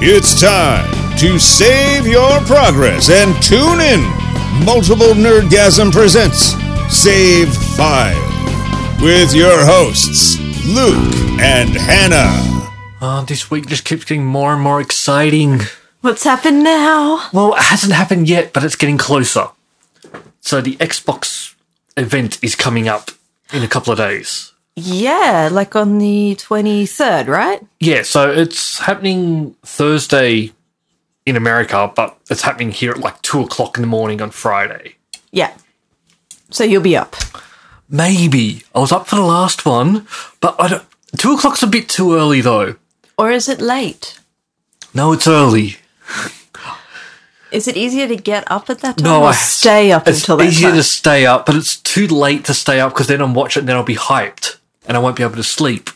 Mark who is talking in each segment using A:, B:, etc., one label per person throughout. A: It's time to save your progress and tune in. Multiple Nerdgasm presents Save File with your hosts, Luke and Hannah.
B: Oh, this week just keeps getting more and more exciting.
C: What's happened now?
B: Well, it hasn't happened yet, but it's getting closer. So the Xbox event is coming up in a couple of days.
C: Yeah, like on the 23rd, right?
B: Yeah, so it's happening Thursday in America, but it's happening here at like two o'clock in the morning on Friday.
C: Yeah. So you'll be up.
B: Maybe I was up for the last one, but I don't, two o'clock's a bit too early though.
C: Or is it late?
B: No, it's early.
C: Is it easier to get up at that time
B: No,
C: or
B: I-
C: stay up
B: It's
C: until that
B: easier
C: time?
B: to stay up, but it's too late to stay up because then I'll watch it and then I'll be hyped and I won't be able to sleep.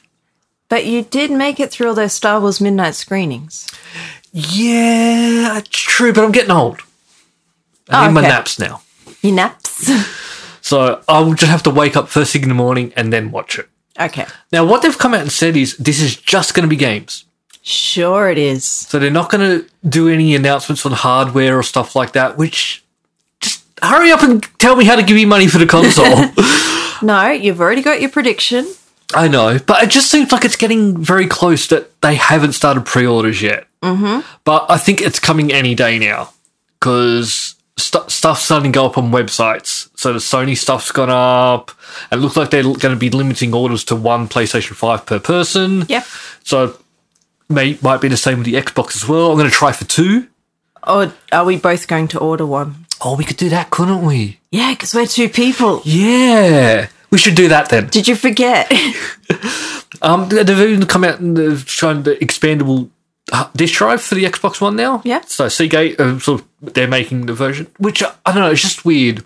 C: But you did make it through all those Star Wars midnight screenings.
B: Yeah, it's true, but I'm getting old. I
C: Oh,
B: need my
C: okay.
B: naps now.
C: Your naps.
B: So I'll just have to wake up first thing in the morning and then watch it.
C: okay.
B: Now, what they've come out and said is this is just going to be games.
C: Sure it is.
B: So they're not going to do any announcements on hardware or stuff like that, which just hurry up and tell me how to give me money for the console.
C: No, you've already got your prediction.
B: I know, but it just seems like it's getting very close that they haven't started pre orders yet. Mm-hmm. But I think it's coming any day now because stu stuff's starting to go up on websites. So the Sony stuff's gone up. It looks like they're going to be limiting orders to one PlayStation 5 per person.
C: Yep.
B: So may, might be the same with the Xbox as well. I'm going to try for two.
C: Or are we both going to order one?
B: Oh, we could do that, couldn't we?
C: Yeah, because we're two people.
B: Yeah. We should do that then.
C: Did you forget?
B: Um, they've even come out and they've shown the expandable uh, disk drive for the Xbox One now.
C: Yeah.
B: So Seagate, uh, sort of, they're making the version, which uh, I don't know. It's just weird.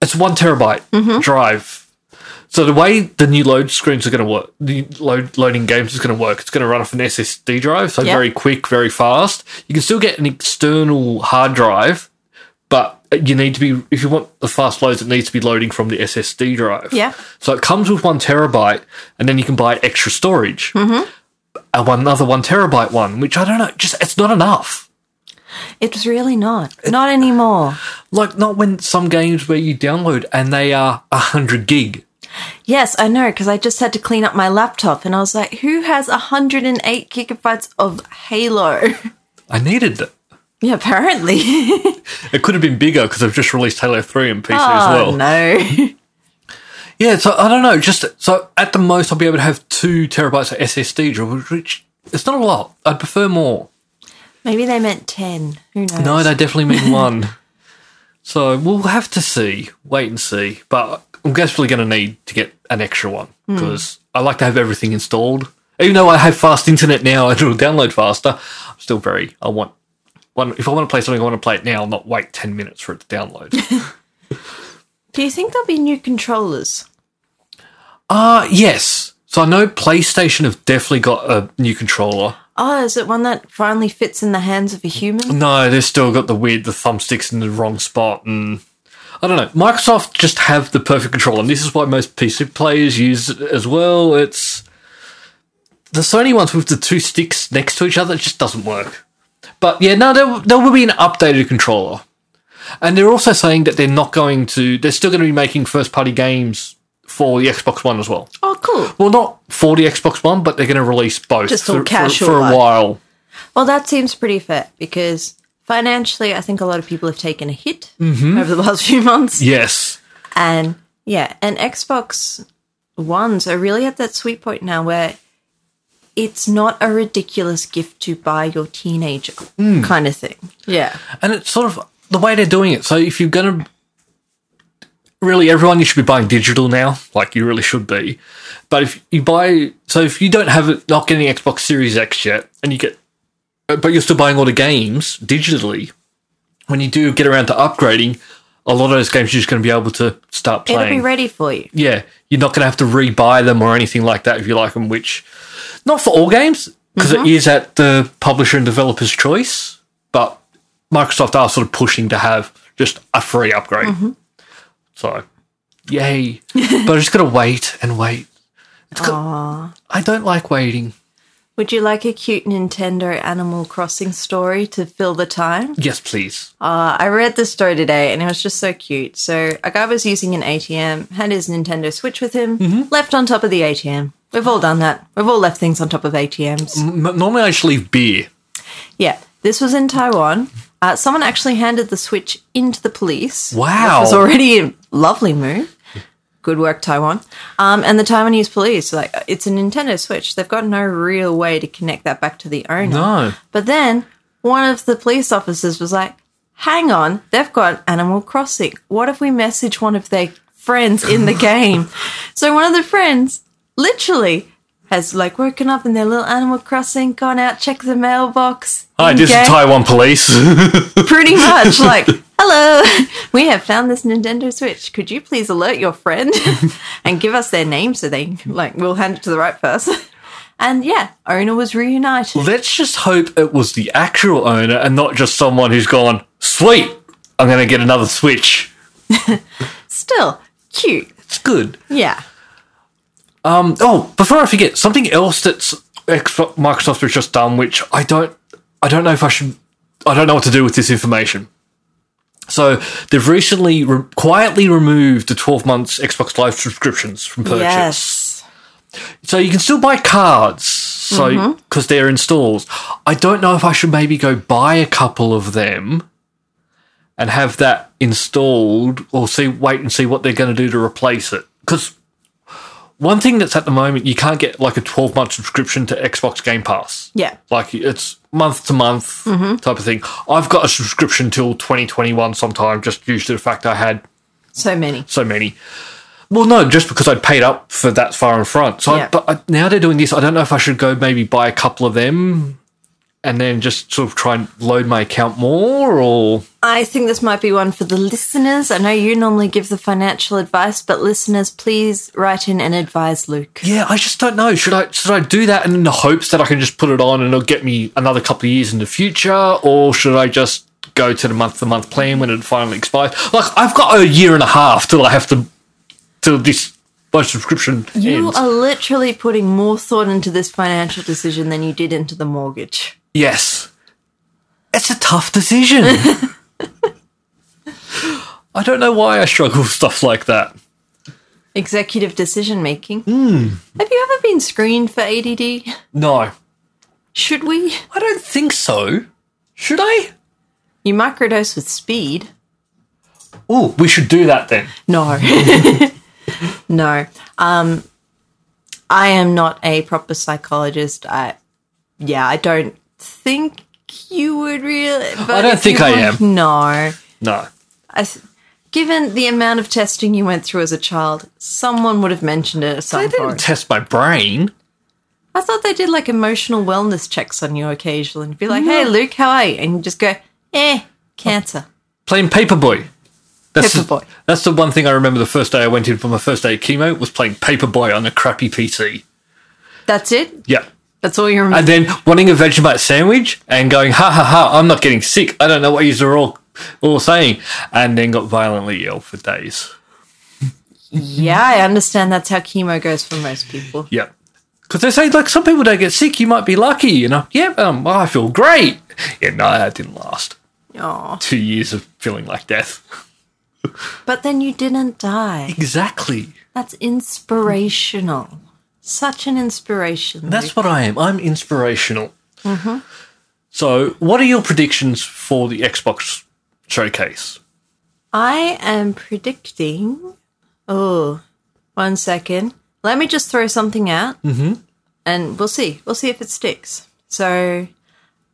B: It's one terabyte
C: Mm-hmm.
B: drive. So the way the new load screens are going to work, the load loading games is going to work. It's going to run off an SSD drive, so
C: Yeah.
B: very quick, very fast. You can still get an external hard drive, but you need to be if you want the fast loads, it needs to be loading from the SSD drive.
C: Yeah.
B: So it comes with one terabyte, and then you can buy extra storage. Mm-hmm. And one, another one terabyte one, which I don't know, just it's not enough.
C: it's really not. Not anymore.
B: Like not when some games where you download and they are hundred gig.
C: Yes, I know, because I just had to clean up my laptop and I was like, who has 108 gigabytes of Halo?
B: I needed it.
C: yeah, apparently.
B: It could have been bigger because I've just released Halo Three on PC as well.
C: Oh, no.
B: Yeah, so I don't know. Just so at the most, I'll be able to have two terabytes of SSD drive, which it's not a lot. I'd prefer more.
C: Maybe they meant 10. Who knows?
B: No, they definitely mean one. So we'll have to see, wait and see. But I'm definitely going to need to get an extra one because I like to have everything installed. Even though I have fast internet now and it'll download faster, I'm still very. I want one. If I want to play something, I want to play it now, not wait ten minutes for it to download.
C: Do you think there'll be new controllers?
B: uh yes. So I know PlayStation have definitely got a new controller.
C: Oh, is it one that finally fits in the hands of a human?
B: No, they've still got the weird, the thumbsticks in the wrong spot, and I don't know. Microsoft just have the perfect control, and this is why most PC players use it as well. It's the Sony ones with the two sticks next to each other it just doesn't work. But yeah, no, there, there will be an updated controller, and they're also saying that they're not going to. They're still going to be making first-party games for the Xbox One as well.
C: Oh, cool.
B: Well, not for the Xbox One, but they're going to release both
C: Just all
B: for, for-
C: casual,
B: for a
C: like.
B: while.
C: Well, that seems pretty fair because financially, I think a lot of people have taken a hit
B: Mm-hmm.
C: over the last few months.
B: Yes.
C: And yeah, and Xbox Ones are really at that sweet point now where it's not a ridiculous gift to buy your teenager kind of thing. Yeah.
B: And it's sort of the way they're doing it. So if you're going to really everyone you should be buying digital now, like you really should be. But if you buy so if you don't have it not getting Xbox Series X yet and you get uh, but you're still buying all the games digitally, when you do get around to upgrading, a lot of those games you're just going to be able to start playing
C: It'll be ready for you.
B: yeah, you're not going to have to rebuy them or anything like that if you like them, which not for all games because is at the publisher and developer's choice, but Microsoft are sort of pushing to have just a free upgrade. So, yay. but I just got to wait and wait. It's got- I don't like waiting.
C: Would you like a cute Nintendo Animal Crossing story to fill the time?
B: Yes, please.
C: Uh, I read this story today and it was just so cute. So, a guy was using an ATM, had his Nintendo Switch with him, left on top of the ATM. We've all done that. We've all left things on top of ATMs.
B: M- normally I just leave beer.
C: Yeah, this was in Taiwan. Uh, someone actually handed the Switch into the police.
B: Wow.
C: Which was already a lovely move. Good work, Taiwan. Um, and the Taiwanese police, like, it's a Nintendo Switch. They've got no real way to connect that back to the owner.
B: No.
C: But then one of the police officers was like, hang on, they've got Animal Crossing. What if we message one of their friends in the game? so one of the friends literally has like woken up in their little Animal Crossing, gone out, checked the mailbox.
B: Hi, this
C: in-game,
B: is Taiwan police.
C: Pretty much like, hello, we have found this Nintendo Switch. Could you please alert your friend and give us their name so they like, we'll hand it to the right person. And yeah, owner was reunited.
B: Let's just hope it was the actual owner and not just someone who's gone, sweet, I'm going to get another Switch.
C: Still cute.
B: It's good.
C: Yeah.
B: Um, oh, before I forget, something else that's Xbox, Microsoft has just done, which I don't, I don't know if I should, I don't know what to do with this information. So they've recently re- quietly removed the 12 months Xbox Live subscriptions from purchase.
C: Yes.
B: So you can still buy cards, so because they're in stores. I don't know if I should maybe go buy a couple of them and have that installed, or see wait and see what they're going to do to replace it. Because one thing that's at the moment, you can't get like a twelve month subscription to Xbox Game Pass.
C: Yeah.
B: Like it's month to month type of thing. I've got a subscription till twenty twenty one sometime, just due to the fact I had
C: So many.
B: so many. Well, no, just because I'd paid up for that far in front. So, I,
C: Yeah.
B: but I, now they're doing this. I don't know if I should go maybe buy a couple of them, and then just sort of try and load my account more, or
C: I think this might be one for the listeners. I know you normally give the financial advice, but listeners, please write in and advise Luke.
B: yeah, I just don't know. Should I should I do that in the hopes that I can just put it on and it'll get me another couple of years in the future, or should I just go to the month to month plan when it finally expires? Like I've got a year and a half till I have to till this my subscription
C: You
B: ends.
C: are literally putting more thought into this financial decision than you did into the mortgage.
B: Yes. It's a tough decision. I don't know why I struggle with stuff like that.
C: Executive decision making. Have you ever been screened for ADD?
B: No.
C: Should we?
B: I don't think so. Should I?
C: You microdose with speed.
B: Oh, we should do that then.
C: No. no. Um I am not a proper psychologist. I yeah, I don't think you would really but
B: don't
C: if
B: think
C: you
B: I
C: want- No.
B: No.
C: I th- given the amount of testing you went through as a child, someone would have mentioned it at
B: They
C: some
B: didn't
C: point.
B: test my brain.
C: I thought they did like emotional wellness checks on you occasionally and be like, "Hey Luke, how are you?" and you just go, "Eh, cancer."
B: Playing Paperboy. That's
C: Paperboy.
B: The, that's the one thing I remember the first day I went in for my first day of chemo was playing Paperboy on a crappy PC.
C: That's it?
B: Yeah.
C: That's all you remember.
B: And then wanting a Vegemite sandwich and going, ha ha ha, I'm not getting sick. I don't know what you are all, all saying. And then got violently ill for days.
C: yeah, I understand that's how chemo goes for most people.
B: Yeah. Because they say, like, some people don't get sick. You might be lucky, you know. Yeah, um, I feel great. Yeah, no, that didn't last.
C: Aw.
B: Two years of feeling like death.
C: But then you didn't die.
B: Exactly.
C: That's inspirational. Such an inspiration.
B: That's what I am. I'm inspirational. So, what are your predictions for the Xbox showcase?
C: I am predicting. Oh, one second. Let me just throw something out mm-hmm. and we'll see. We'll see if it sticks. So,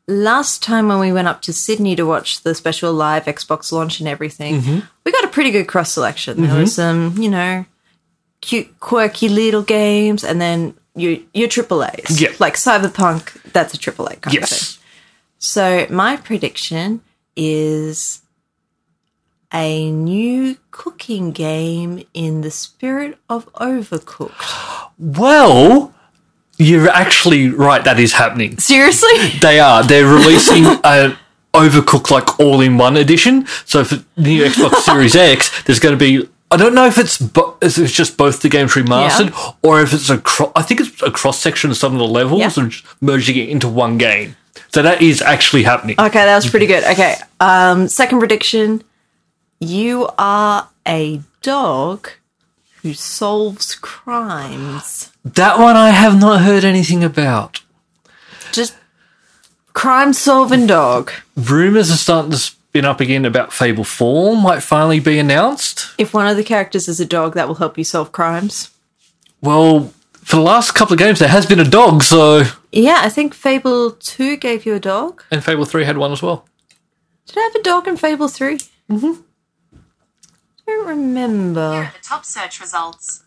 C: last time when we went up to Sydney to watch the special live Xbox launch and everything,
B: Mm-hmm.
C: we got a pretty good cross selection. There was some, you know, cute, quirky little games and then your, your AAAs.
B: Yeah.
C: Like Cyberpunk, that's a AAA kind of thing.
B: Yes.
C: So my prediction is a new cooking game in the spirit of Overcooked.
B: Well, you're actually right. That is happening.
C: Seriously?
B: They are. They're releasing a overcooked like all in one edition. So for the new Xbox Series X, there's going to be I don't know if it's bo- if it's just both the game tree mastered or if it's a cro- I think it's a cross section of some of the levels
C: Yeah.
B: and just merging it into one game. So that is actually happening.
C: Okay, that was pretty good. Okay. Um, second prediction. You are a dog who solves crimes.
B: that one I have not heard anything about.
C: Just crime solving dog.
B: Rumors are starting to spin up again about Fable 4 might finally be announced.
C: If one of the characters is a dog, that will help you solve crimes.
B: Well, for the last couple of games there has been a dog, so
C: Yeah, I think Fable 2 gave you a dog.
B: and Fable 3 had one as well.
C: Did I have a dog in Fable 3? Mm hmm. I don't
D: Here
C: remember.
D: are the top search results.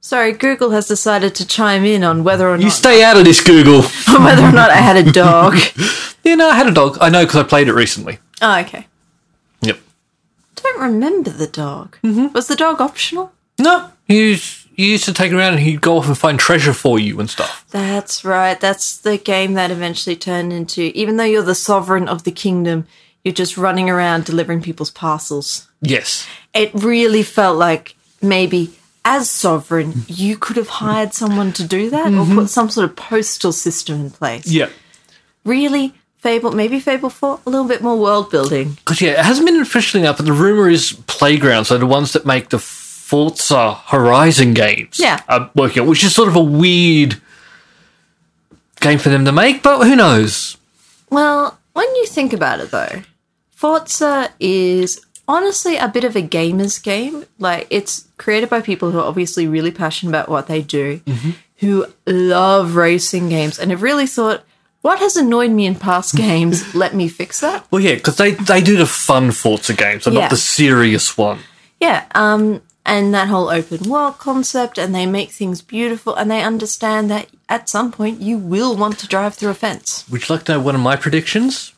C: Sorry, Google has decided to chime in on whether or
B: You
C: not
B: stay out of this Google.
C: whether or not I had a dog.
B: yeah, no, I had a dog. I know cuz I played it recently.
C: oh, okay.
B: Yep.
C: don't remember the dog. Was the dog optional?
B: No, he used, he used to take it around and he'd go off and find treasure for you and stuff.
C: That's right. That's the game that eventually turned into, even though you're the sovereign of the kingdom, you're just running around delivering people's parcels.
B: Yes.
C: It really felt like maybe as sovereign, you could have hired someone to do that or put some sort of postal system in place.
B: Yeah.
C: Really, Fable, maybe Fable 4, a little bit more world building.
B: Because, yeah, it hasn't been officially announced, but the rumor is Playgrounds are the ones that make the Forza Horizon games.
C: Yeah.
B: Are working on, which is sort of a weird game for them to make, but who knows?
C: Well, when you think about it though, Forza is honestly a bit of a gamer's game. Like it's created by people who are obviously really passionate about what they do, who love racing games and have really thought, what has annoyed me in past games, let me fix that.
B: Well, yeah, because they, they do the fun Forza games, and
C: Yeah.
B: not the serious one.
C: Yeah, um and that whole open world concept and they make things beautiful and they understand that at some point you will want to drive through a fence.
B: Would you like to know one of my predictions?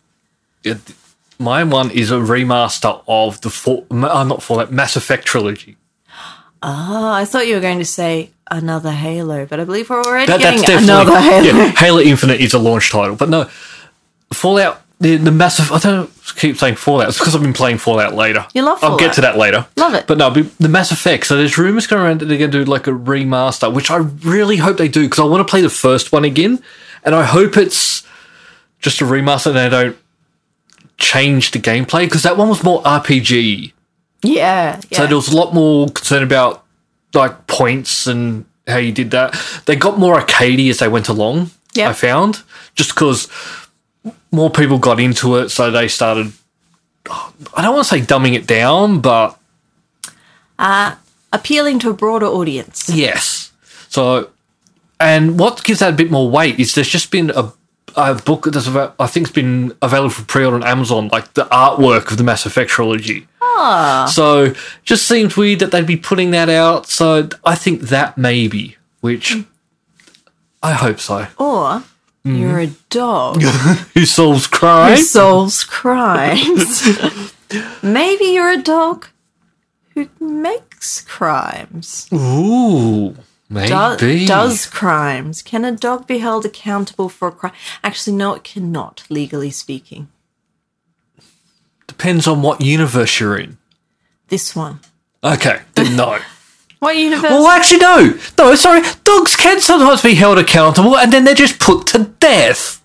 B: Yeah, th- my one is a remaster of the For- uh, not Fallout, Mass Effect trilogy.
C: Oh, I thought you were going to say another Halo, but I believe we're already
B: That-
C: getting
B: that's definitely
C: another Halo.
B: Yeah, Halo Infinite is a launch title, but no, Fallout the, the massive. I don't keep saying Fallout. It's because I've been playing Fallout later.
C: You love
B: I'll get to that later.
C: Love it.
B: But no, be- the Mass Effect. So there's rumors going around that they're going to do like a remaster, which I really hope they do because I want to play the first one again, and I hope it's just a remaster and they don't change the gameplay because that one was more RPG.
C: Yeah. yeah.
B: So there was a lot more concern about like points and how you did that. They got more arcadey as they went along.
C: Yeah.
B: I found just because more people got into it, so they started. I don't want to say dumbing it down, but
C: Appealing to a broader audience.
B: yes. So, and what gives that a bit more weight is there's just been a a book that's about, I think's been available for pre-order on Amazon, like the artwork of the Mass Effect trilogy.
C: Ah.
B: So just seems weird that they'd be putting that out. So I think that maybe, which I hope so.
C: Or you're a dog
B: Who solves crime?
C: who solves crimes. Maybe you're a dog who makes crimes.
B: Ooh, maybe.
C: Do- does crimes. Can a dog be held accountable for a crime? Actually, no, it cannot, legally speaking.
B: depends on what universe you're in.
C: This one.
B: Okay, then no.
C: What universe?
B: well, actually, no, no. Sorry, dogs can sometimes be held accountable, and then they're just put to death.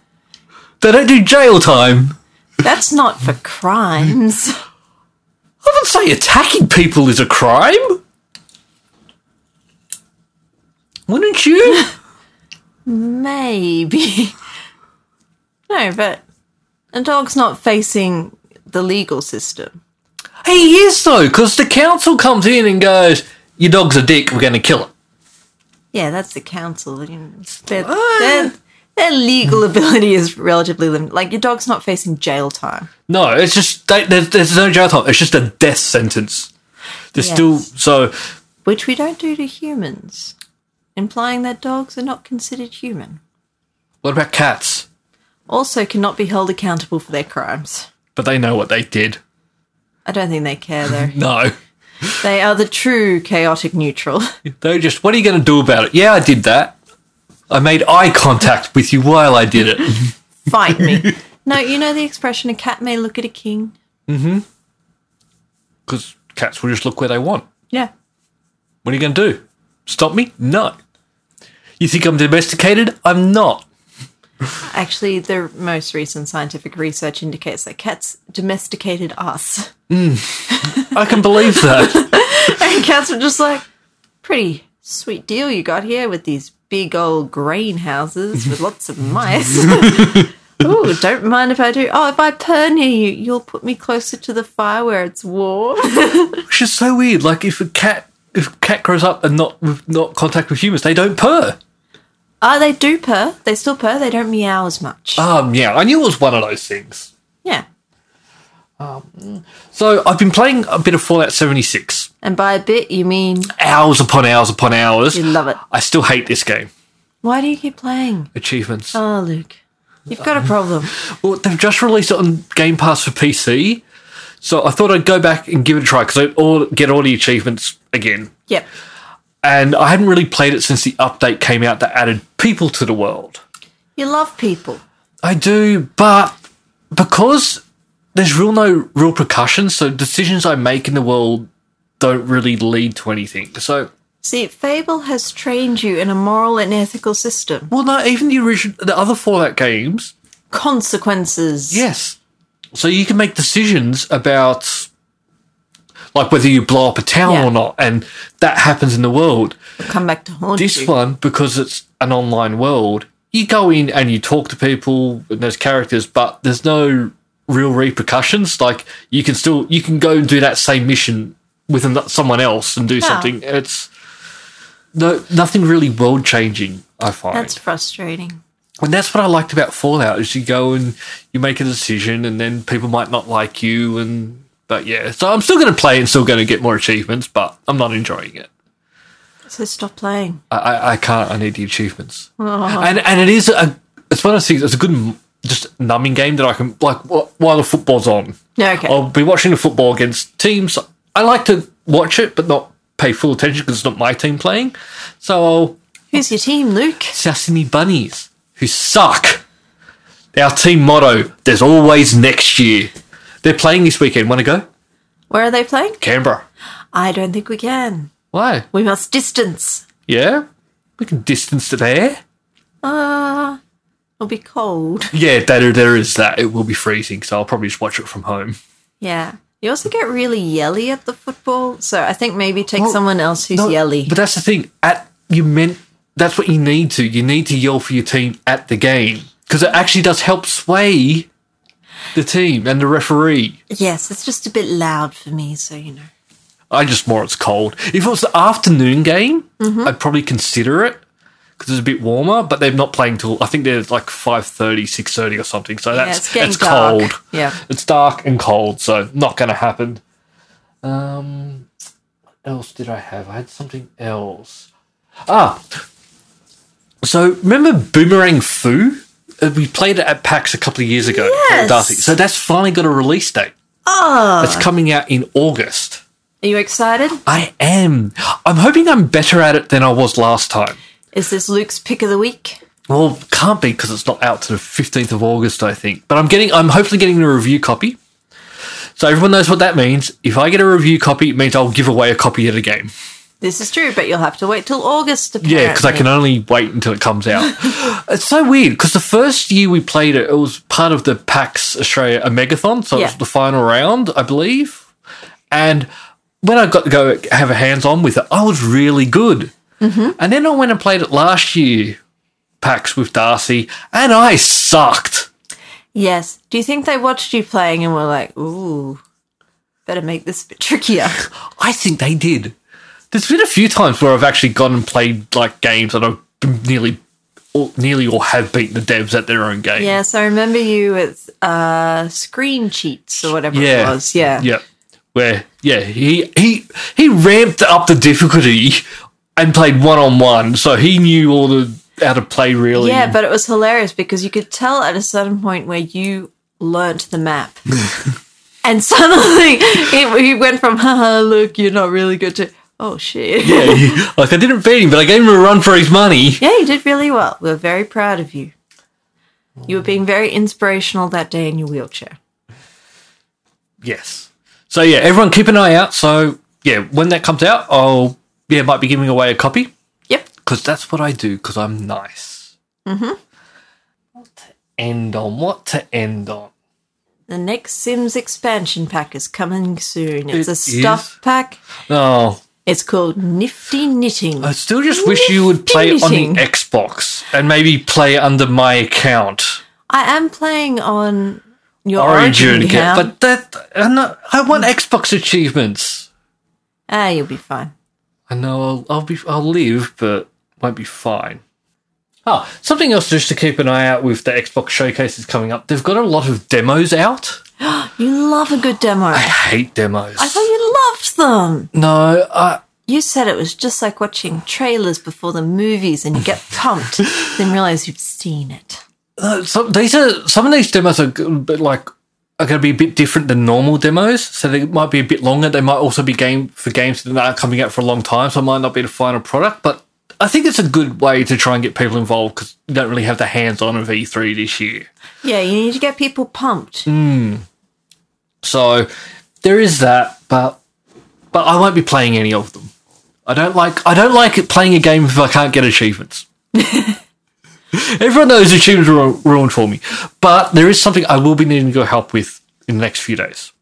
B: They don't do jail time.
C: That's not for crimes.
B: I would say attacking people is a crime. Wouldn't you?
C: Maybe. no, but a dog's not facing the legal system.
B: He is though, because the council comes in and goes, "Your dog's a dick. We're going to kill it."
C: Yeah, that's the council. you know, Their, their, their legal ability is relatively limited. Like, your dog's not facing jail time.
B: No, it's just they, there's, there's no jail time. It's just a death sentence. There's
C: Yes.
B: still so
C: Which we don't do to humans, implying that dogs are not considered human.
B: what about cats?
C: Also, cannot be held accountable for their crimes.
B: But they know what they did.
C: I don't think they care, though.
B: No,
C: they are the true chaotic neutral.
B: they're just what are you going to do about it? Yeah, I did that. I made eye contact with you while I did it.
C: Fight me. no, you know the expression a cat may look at a king.
B: Because cats will just look where they want.
C: Yeah.
B: What are you going to do? Stop me? No. You think I'm domesticated? I'm not.
C: Actually, the most recent scientific research indicates that cats domesticated us.
B: I can believe that.
C: And cats were just like, pretty sweet deal you got here with these big old greenhouses with lots of mice. Ooh, don't mind if I do. Oh, if I purr near you, you'll put me closer to the fire where it's warm.
B: Which is so weird. Like if a cat if a cat grows up and not with not contact with humans, they don't purr.
C: Ah, they do purr. They still purr. They don't meow as much.
B: Um yeah, I knew it was one of those things.
C: yeah.
B: So I've been playing a bit of Fallout 76.
C: And by a bit, you mean,
B: Hours upon hours upon hours.
C: You love it.
B: I still hate this game.
C: why do you keep playing?
B: Achievements.
C: Oh, Luke, you've got a problem.
B: Well, they've just released it on Game Pass for PC, so I thought I'd go back and give it a try because I all get all the achievements again.
C: yep.
B: And I hadn't really played it since the update came out that added people to the world.
C: You love people.
B: I do, but because there's real no real percussion, so decisions I make in the world don't really lead to anything. So,
C: See, Fable has trained you in a moral and ethical system.
B: well, no, even the original, the other Fallout games,
C: Consequences.
B: Yes. So you can make decisions about like whether you blow up a town
C: Yeah.
B: or not, and that happens in the world.
C: Come back to haunt
B: This
C: you.
B: one, because it's an online world, you go in and you talk to people and there's characters, but there's no real repercussions. Like you can still you can go and do that same mission with an- someone else and do something. It's no nothing really world changing. I find
C: That's frustrating.
B: and that's what I liked about Fallout is you go and you make a decision and then people might not like you and but yeah. So I'm still gonna play and still gonna get more achievements, but I'm not enjoying it.
C: So stop playing.
B: I, I, I can't I need the achievements. And and it is a it's one of those things it's a good m- just numbing game that I can like wh- while the football's on.
C: Yeah, okay.
B: I'll be watching the football against teams. I like to watch it but not pay full attention because it's not my team playing. So I'll
C: Who's your team, Luke?
B: sesame bunnies who suck. Our team motto: "There's always next year." They're playing this weekend. Want to go?
C: Where are they playing?
B: Canberra.
C: I don't think we can.
B: Why?
C: We must distance.
B: Yeah, we can distance to there.
C: Ah, it'll be cold.
B: Yeah, there, there is that. It will be freezing, so I'll probably just watch it from home.
C: Yeah. You also get really yelly at the football, so I think maybe take someone else who's
B: No,
C: yelly.
B: But that's the thing. At you meant that's what you need to. You need to yell for your team at the game because it actually does help sway the team and the referee.
C: yes, it's just a bit loud for me, so you know.
B: I just more it's cold. If it was the afternoon game,
C: Mm-hmm.
B: I'd probably consider it because it's a bit warmer. But they're not playing till I think they're like 5.30, 6.30 or something. So that's
C: it's
B: it's,
C: getting dark.
B: cold.
C: Yeah.
B: it's dark and cold, so not going to happen. Um, what else did I have? I had something else. Ah, so remember Boomerang Foo? Uh, We played it at PAX a couple of years ago. uh,
C: Yes. Ah.
B: Darcy. So that's finally got a release date. Oh. It's coming out in August.
C: Are you excited?
B: I am. I'm hoping I'm better at it than I was last time.
C: Is this Luke's pick of the week?
B: Well, can't be because it's not out to the 15th of August, I think. But I'm getting, I'm hopefully getting the review copy. So everyone knows what that means. If I get a review copy, it means I'll give away a copy of the game.
C: This is true, but you'll have to wait till August. Apparently.
B: Yeah, because I can only wait until it comes out. it's so weird because the first year we played it, it was part of the PAX Australia Megathon, so it
C: Yeah.
B: was the final round, I believe. And when I got to go have a hands on with it, I was really good. And then I went and played it last year, PAX with Darcy, and I sucked.
C: Yes. Do you think they watched you playing and were like, "Ooh, better make this a bit trickier"?
B: I think they did. There's been a few times where I've actually gone and played like games that I've nearly, or, nearly or have beaten the devs at their own game.
C: yes, I remember you with uh, screen cheats or whatever it was. Yeah.
B: Yeah. Where yeah, he he he ramped up the difficulty and played one on one, so he knew all the how to play really.
C: Yeah, but it was hilarious because you could tell at a certain point where you learnt the map. and suddenly it, he went from, haha, look, you're not really good to, oh shit. Yeah.
B: Yeah, he- like I didn't beat him, but I gave him a run for his money.
C: you did really well. We're very proud of you. You were being very inspirational that day in your wheelchair.
B: Yes. So yeah, everyone keep an eye out. So yeah, when that comes out, I'll yeah might be giving away a copy
C: Yep.
B: because that's what I do because I'm nice. Mm-hmm. What to end on? What to end on?
C: The next Sims expansion pack is coming soon. It's
B: It
C: a stuff
B: is.
C: pack.
B: Oh,
C: It's called Nifty Knitting.
B: I still just wish you would play it on the
C: Knitting.
B: Xbox and maybe play under my account.
C: I am playing on your
B: Origin,
C: Origin,
B: account.
C: account.
B: but that I, know, I want Xbox achievements.
C: ah, you'll be fine.
B: I know I'll, I'll be I'll live, but won't be fine. Ah, something else just to keep an eye out with the Xbox showcases coming up. They've got a lot of demos out.
C: You love a good demo.
B: I
C: I
B: hate demos.
C: thought you loved them.
B: no, I
C: You said it was just like watching trailers before the movies and you get pumped, then realize you've seen it.
B: uh, some, these are some of these demos are g- but like are going to be a bit different than normal demos, so they might be a bit longer. They might also be game for games that aren't coming out for a long time, so it might not be the final product. But I think it's a good way to try and get people involved because you don't really have the hands-on of E3 this year.
C: Yeah, you need to get people pumped.
B: Mm. So there is that, but but I won't be playing any of them. I don't like I don't like it playing a game if I can't get achievements. Everyone knows achievements are ru- ruined for me, but there is something I will be needing your help with in the next few days.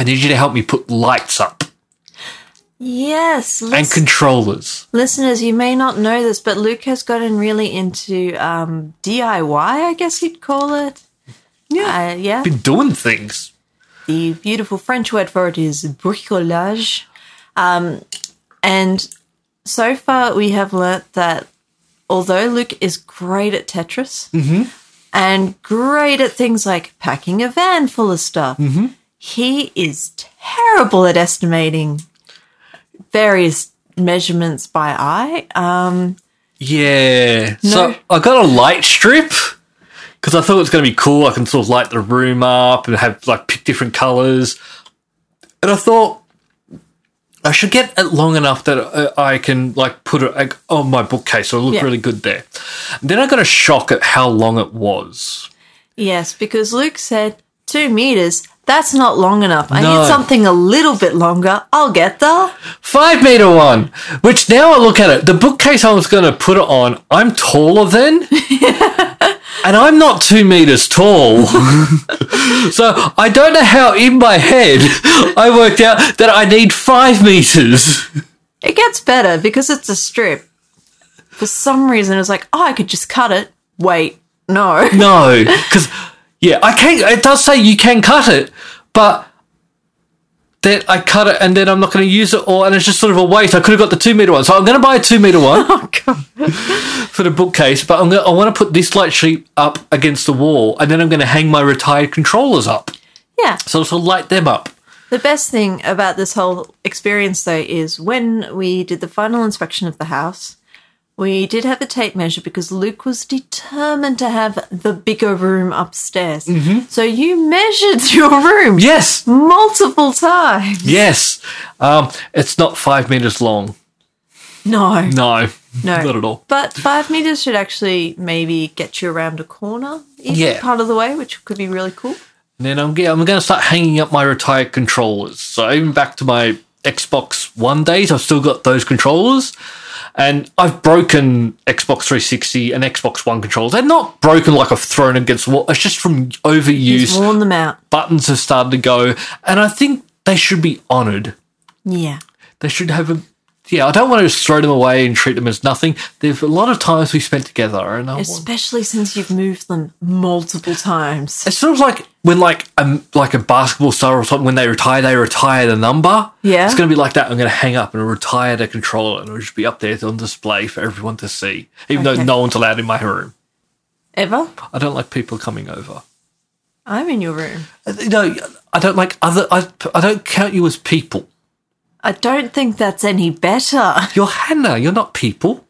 B: I need you to help me put lights up
C: Yes,
B: and
C: lis-
B: controllers.
C: listeners, you may not know this, but Luke has gotten really into um, DIY, I guess you'd call it. Yeah. Uh, yeah.
B: Been doing things.
C: The beautiful French word for it is bricolage. Um, and so far, we have learnt that although Luke is great at Tetris and great at things like packing a van full of stuff, he is terrible at estimating various measurements by eye. Um,
B: Yeah. So
C: No.
B: I got a light strip because I thought it was going to be cool. I can sort of light the room up and have like pick different colors. And I thought I should get it long enough that uh, I can like put it like, on my bookcase. So it'll look
C: Yeah.
B: really good there. And then I got a shock at how long it was.
C: yes, because Luke said two meters. That's not long enough. I
B: No.
C: need something a little bit longer. I'll get there.
B: Five meter one, which now I look at it, the bookcase I was going to put it on, I'm taller than. and I'm not two meters tall. so I don't know how in my head I worked out that I need five meters.
C: It gets better because it's a strip. For some reason, it's like, oh, I could just cut it. Wait, no.
B: No, because, yeah, I can It does say you can cut it, but. That I cut it and then I'm not going to use it, or and it's just sort of a waste. I could have got the two meter one, so I'm going to buy a two meter one.
C: Oh, God.
B: for the bookcase, but I'm gonna, I want to put this light sheet up against the wall, and then I'm going to hang my retired controllers up,
C: Yeah.
B: so it'll light them up.
C: The best thing about this whole experience, though, is when we did the final inspection of the house, we did have a tape measure because Luke was determined to have the bigger room upstairs. So you measured your room
B: Yes,
C: multiple times.
B: yes. Um, it's not five meters long.
C: No.
B: No,
C: No.
B: not at all.
C: But five meters should actually maybe get you around a corner, even
B: Yeah.
C: part of the way, which could be really cool.
B: And then I'm yeah, I'm going to start hanging up my retired controllers. So even back to my Xbox One days, I've still got those controllers. And I've broken Xbox 360 and Xbox One controllers. They're not broken like I've thrown against the wall. It's just from overuse.
C: He's worn them out.
B: buttons have started to go, and I think they should be honoured.
C: Yeah.
B: They should have a yeah. I don't want to just throw them away and treat them as nothing. There's a lot of times we spent together, and I want,
C: Especially since you've moved them multiple times.
B: it's sort of like when like a like a basketball star or something when they retire, they retire the number.
C: Yeah.
B: it's going to be like that. I'm going to hang up and retire the controller, and it'll just be up there on display for everyone to see, even though
C: Okay.
B: no one's allowed in my room.
C: Ever?
B: I don't like people coming over.
C: I'm in your room.
B: No, I don't like other. I, I don't count you as people.
C: I don't think that's any better.
B: You're Hannah. You're not people.